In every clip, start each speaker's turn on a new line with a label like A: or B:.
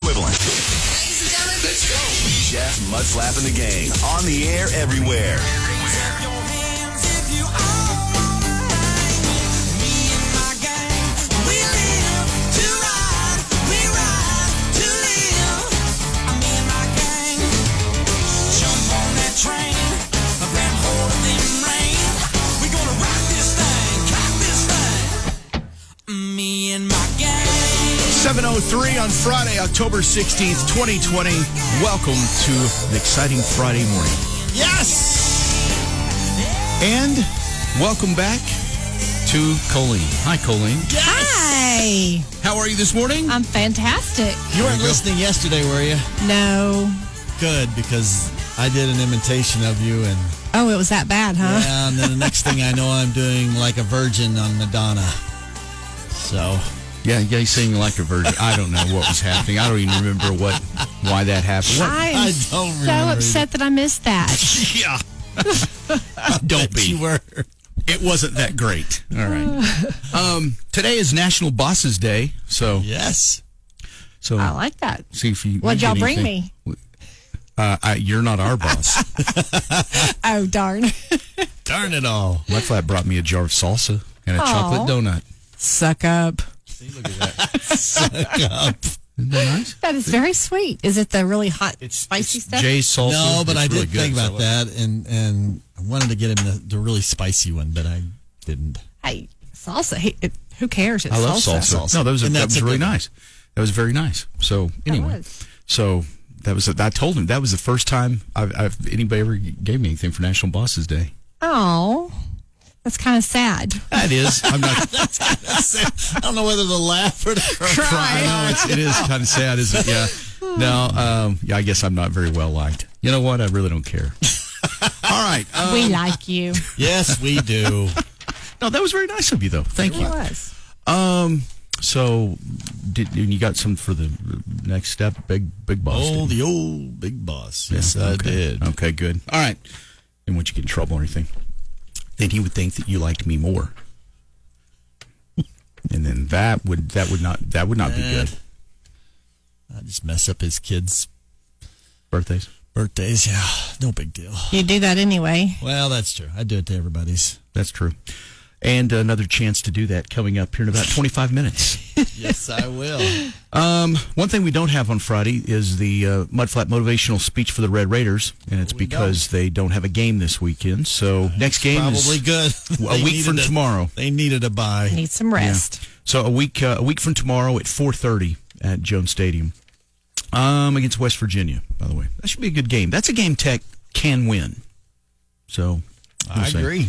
A: Equivalent.
B: Ladies and gentlemen, let's go.
A: Jeff Mudslap and the gang on the air everywhere.
B: Clap your hands if you all wanna hang with me and my gang. We live to ride, we ride to live. I'm in my gang. Jump on that train, grab hold of them reins. We gonna rock this thing, rock this thing. Me and my gang.
C: 7.03 on Friday, October 16th, 2020. Welcome to an exciting Friday morning. Yes! And welcome back to Colleen. Hi, Colleen.
D: Hi.
C: How are you this morning?
D: I'm fantastic.
E: You weren't listening yesterday, were you?
D: No.
E: Good, because I did an imitation of you, and,
D: Oh, it was that bad, huh?
E: yeah, and then the next thing I know, I'm doing like a virgin on Madonna. So,
C: yeah, yeah, you sing like a virgin. I don't know what was happening. I don't even remember what, why that happened. What?
D: I am
E: I don't
D: so
E: remember
D: upset that I missed that.
C: Yeah. don't be.
E: you were.
C: It wasn't that great. All right. Um, today is National Bosses Day, so
E: Yes.
C: so
D: I like that.
C: see if you.
D: What'd
C: you
D: y'all
C: get
D: bring
C: anything.
D: me?
C: Uh, I, you're not our boss.
D: Oh, darn.
E: Darn it all.
C: My flat brought me a jar of salsa and a
D: Aw.
C: chocolate donut.
D: Suck up.
C: Isn't that nice?
D: That is very sweet. Is it the really hot, spicy stuff?
C: Jay's salsa.
E: No, but
C: It's
E: I did
C: really good.
E: think about that, and and I wanted to get him the, the really spicy one, but I didn't.
D: hey, salsa. Hey, it, who cares? It's
C: I love
D: salsa.
C: salsa. No, that was,
E: And
C: that
E: that's
C: was
E: a
C: really
E: good one.
C: nice. That was very nice. So anyway,
D: was.
C: so that was I told him that was the first time I've, I've anybody ever gave me anything for National Bosses Day.
D: Oh, that's kind of sad.
C: That is, I'm not
E: I don't know whether to laugh or to
C: I
E: cry.
C: know it's, it is kind of sad, isn't it? Yeah. No, um, yeah, I guess I'm not very well liked. You know what? I really don't care. All right. Uh,
D: we like you.
E: Yes, we do.
C: no, that was very nice of you, though. Thank you.
D: It was.
C: Um. So, did and you got some for the next step? Big big boss.
E: Oh,
C: didn't you?
E: the old big boss. Yes, I
C: okay.
E: did.
C: Okay, good. All right. And once you get in trouble or anything, then he would think that you liked me more. And then that would that would not that would not
E: Eh.
C: be good.
E: I just mess up his kids'
C: Birthdays.
E: birthdays. Yeah, no big deal.
D: You do that anyway.
E: Well, that's true. I do it to everybody's.
C: That's true. And another chance to do that coming up here in about 25 minutes.
E: Yes, I will.
C: One thing we don't have on Friday is the uh, Mudflat motivational speech for the Red Raiders, and it's because they don't have a game this weekend. So next game
E: Probably
C: is
E: good.
C: a
E: They
C: week from
E: needed a-
C: tomorrow.
E: They needed a buy.
D: Need some rest.
C: So a week uh, a week from tomorrow at 4:30 at Jones Stadium, um, against West Virginia. By the way, that should be a good game. That's a game Tech can win. So we'll
E: I
C: see.
E: agree.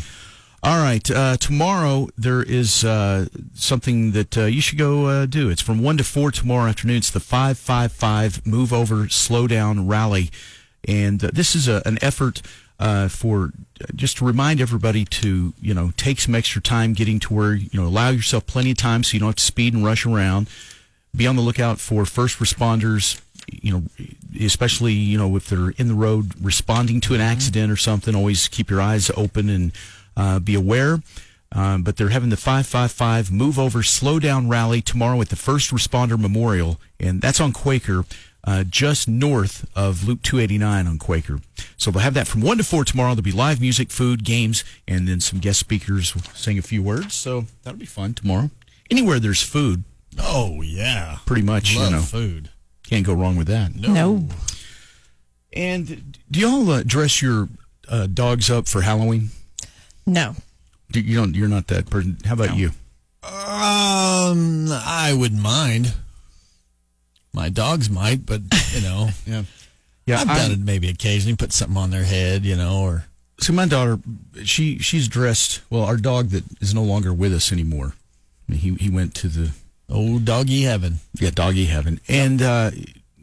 C: All right. Uh, tomorrow there is uh, something that uh, you should go uh, do. It's from one to four tomorrow afternoon. It's the five five five move over slow down rally, and uh, this is a, an effort uh, for just to remind everybody to you know take some extra time getting to where you know allow yourself plenty of time so you don't have to speed and rush around. Be on the lookout for first responders. You know, especially you know if they're in the road responding to an accident or something. Always keep your eyes open and uh, be aware. Um, but they're having the 555 Move Over Slow Down Rally tomorrow at the First Responder Memorial, and that's on Quaker, uh, just north of Loop 289 on Quaker. So they'll have that from 1 to 4 tomorrow. There'll be live music, food, games, and then some guest speakers will sing a few words. So that'll be fun tomorrow. Anywhere there's food,
E: Oh yeah.
C: pretty much,
E: Love
C: you know,
E: food.
C: can't go wrong with that.
D: No.
C: And do y'all uh, dress your uh, dogs up for Halloween?
D: No.
C: Do, you don't. You're not that person. How about you?
E: Um, I wouldn't mind. My dogs might, but you know,
C: Yeah. Yeah,
E: I've
C: I'm-
E: done it maybe occasionally. Put something on their head, you know, or
C: So my daughter, she she's dressed. Well, our dog that is no longer with us anymore. He he went to the
E: old doggy heaven.
C: yeah doggy heaven, and uh,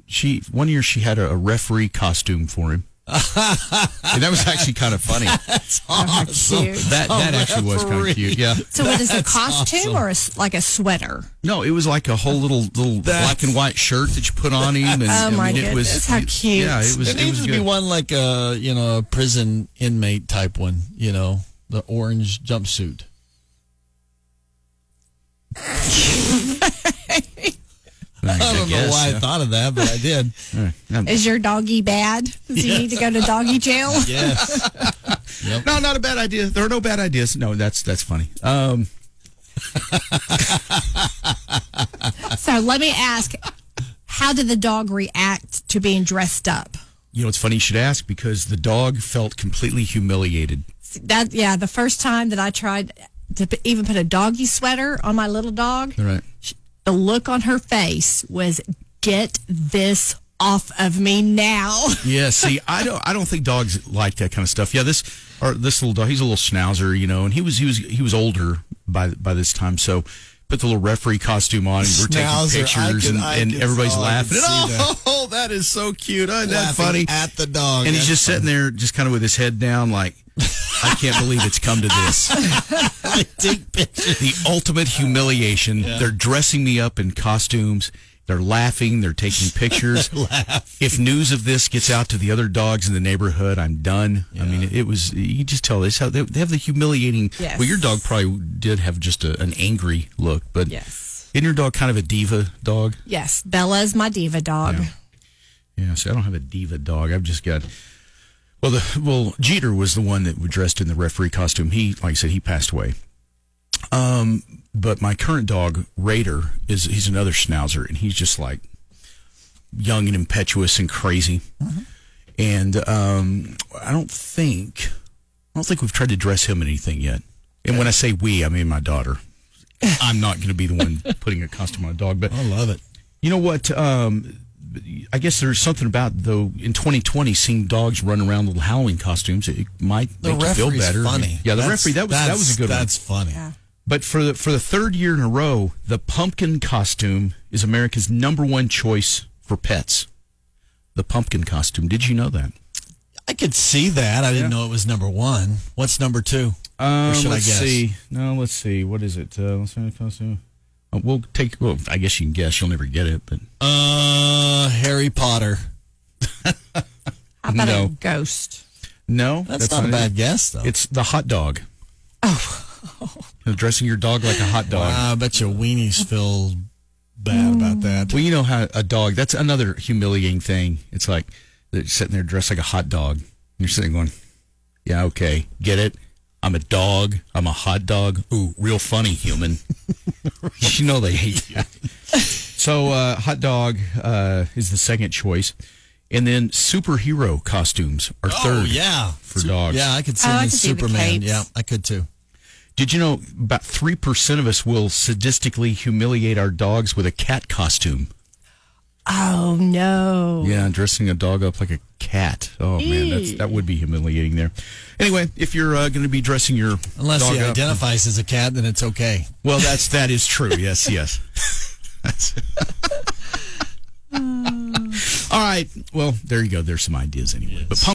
C: she one year she had a, a referee costume for him. and that was actually kind of funny.
E: Awesome.
D: Cute.
C: That that actually was kind
E: Oh, referee.
C: of cute. Yeah.
D: So what is it, a costume or a s like a sweater?
C: No, it was like a whole little little black and white shirt that you put on him. And,
D: Oh, my
C: I mean, it was
D: goodness, how cute.
C: Yeah, it was.
E: There
C: It,
E: needs to
C: was good.
E: be one like a you know a prison inmate type one. You know the orange jumpsuit. I don't know
C: guess, Um,
E: why I
C: yeah.
E: thought of that, but I did.
D: Is your doggy bad? Does he need to go to doggy jail?
E: yes.
C: No, not a bad idea. There are no bad ideas. No, that's that's funny. Um,
D: So let me ask, how did the dog react to being dressed up?
C: you know, it's funny you should ask because the dog felt completely humiliated.
D: That yeah, the first time that I tried to p- even put a doggy sweater on my little dog,
C: Right.
D: the look on her face was get this off of me now.
C: Yeah. See, I don't. I don't think dogs like that kind of stuff. Yeah. This or this little dog. He's a little schnauzer, you know, and he was he was he was older by by this time. So put the little referee costume on. and We're
E: Schnauzer. I
C: taking pictures,
E: could-
C: and,
E: I
C: and
E: could-
C: everybody's
E: oh, I
C: laughing.
E: could
C: And,
E: see
C: oh, that is so cute. Isn't that
E: Laughing
C: funny?
E: at the dog,
C: and he's
E: That's
C: just sitting there, just kind of with his head down, like. I can't believe it's come to this.
E: take pictures.
C: the ultimate humiliation. They're dressing me up in costumes. They're laughing. They're taking pictures. If news of this gets out to the other dogs in the neighborhood, I'm done. I mean, it was. You could just tell this how they, they have the humiliating.
D: Yes.
C: Well, your dog probably did have just a, an angry look, but
D: Yes.
C: isn't your dog kind of a diva dog?
D: yes, Bella is my diva dog.
C: Yeah, see, I don't have a diva dog. I've just got. Well, the well Jeter was the one that was dressed in the referee costume. He, like I said, he passed away. Um, but my current dog Raider is he's another schnauzer, and he's just like young and impetuous and crazy. And um, I don't think I don't think we've tried to dress him in anything yet. And when I say we, I mean my daughter. I'm not going to be the one putting a costume on a dog, but
E: I love it.
C: you know what? Um, I guess there's something about though in 2020 seeing dogs run around in little Halloween costumes. It might
E: The
C: make you feel
E: referee's
C: better.
E: funny.
C: Yeah, the
E: That's-
C: referee that was that
E: that's-
C: was a good one.
E: That's funny.
C: But for the for the third year in a row, the pumpkin costume is America's number one choice for pets. The pumpkin costume. Did you know that?
E: I could see that. I didn't
C: Yeah.
E: know it was number one. What's number two?
C: Um,
E: should I
C: let's
E: guess?
C: see. No, let's see. What is it? Uh, let's see. Let's see. Uh, we'll take. Well, I guess you can guess. You'll never get it, but
E: Uh, Harry Potter.
D: How about
C: No.
D: a ghost?
C: no,
E: That's, not a
C: it.
E: bad guess though.
C: It's the hot dog. Oh. Dressing your dog like a hot dog.
E: Wow, I bet your weenies feel bad about that.
C: Well, you know how a dog, that's another humiliating thing. It's like they're sitting there dressed like a hot dog. And you're sitting there going, yeah, okay, get it? I'm a dog. I'm a hot dog. Ooh, real funny human. you know they hate that. so, uh, hot dog uh, is the second choice. And then superhero costumes are
E: Oh
C: third.
E: yeah,
C: for dogs.
E: Yeah, I could see
D: Oh, I
E: me
D: could see the
E: Superman.
D: capes.
E: yeah, I could too.
C: Did you know about 3% of us will sadistically humiliate our dogs with a cat costume?
D: Oh no.
C: Yeah, dressing a dog up like a cat. Oh, man, that's, that would be humiliating there. Anyway, if you're uh, going to be dressing your
E: Unless
C: dog
E: he
C: up-
E: identifies as a cat, then it's okay.
C: well, that's that is true. Yes, yes. That's- All right. Well, there you go. There's some ideas anyway. But pump.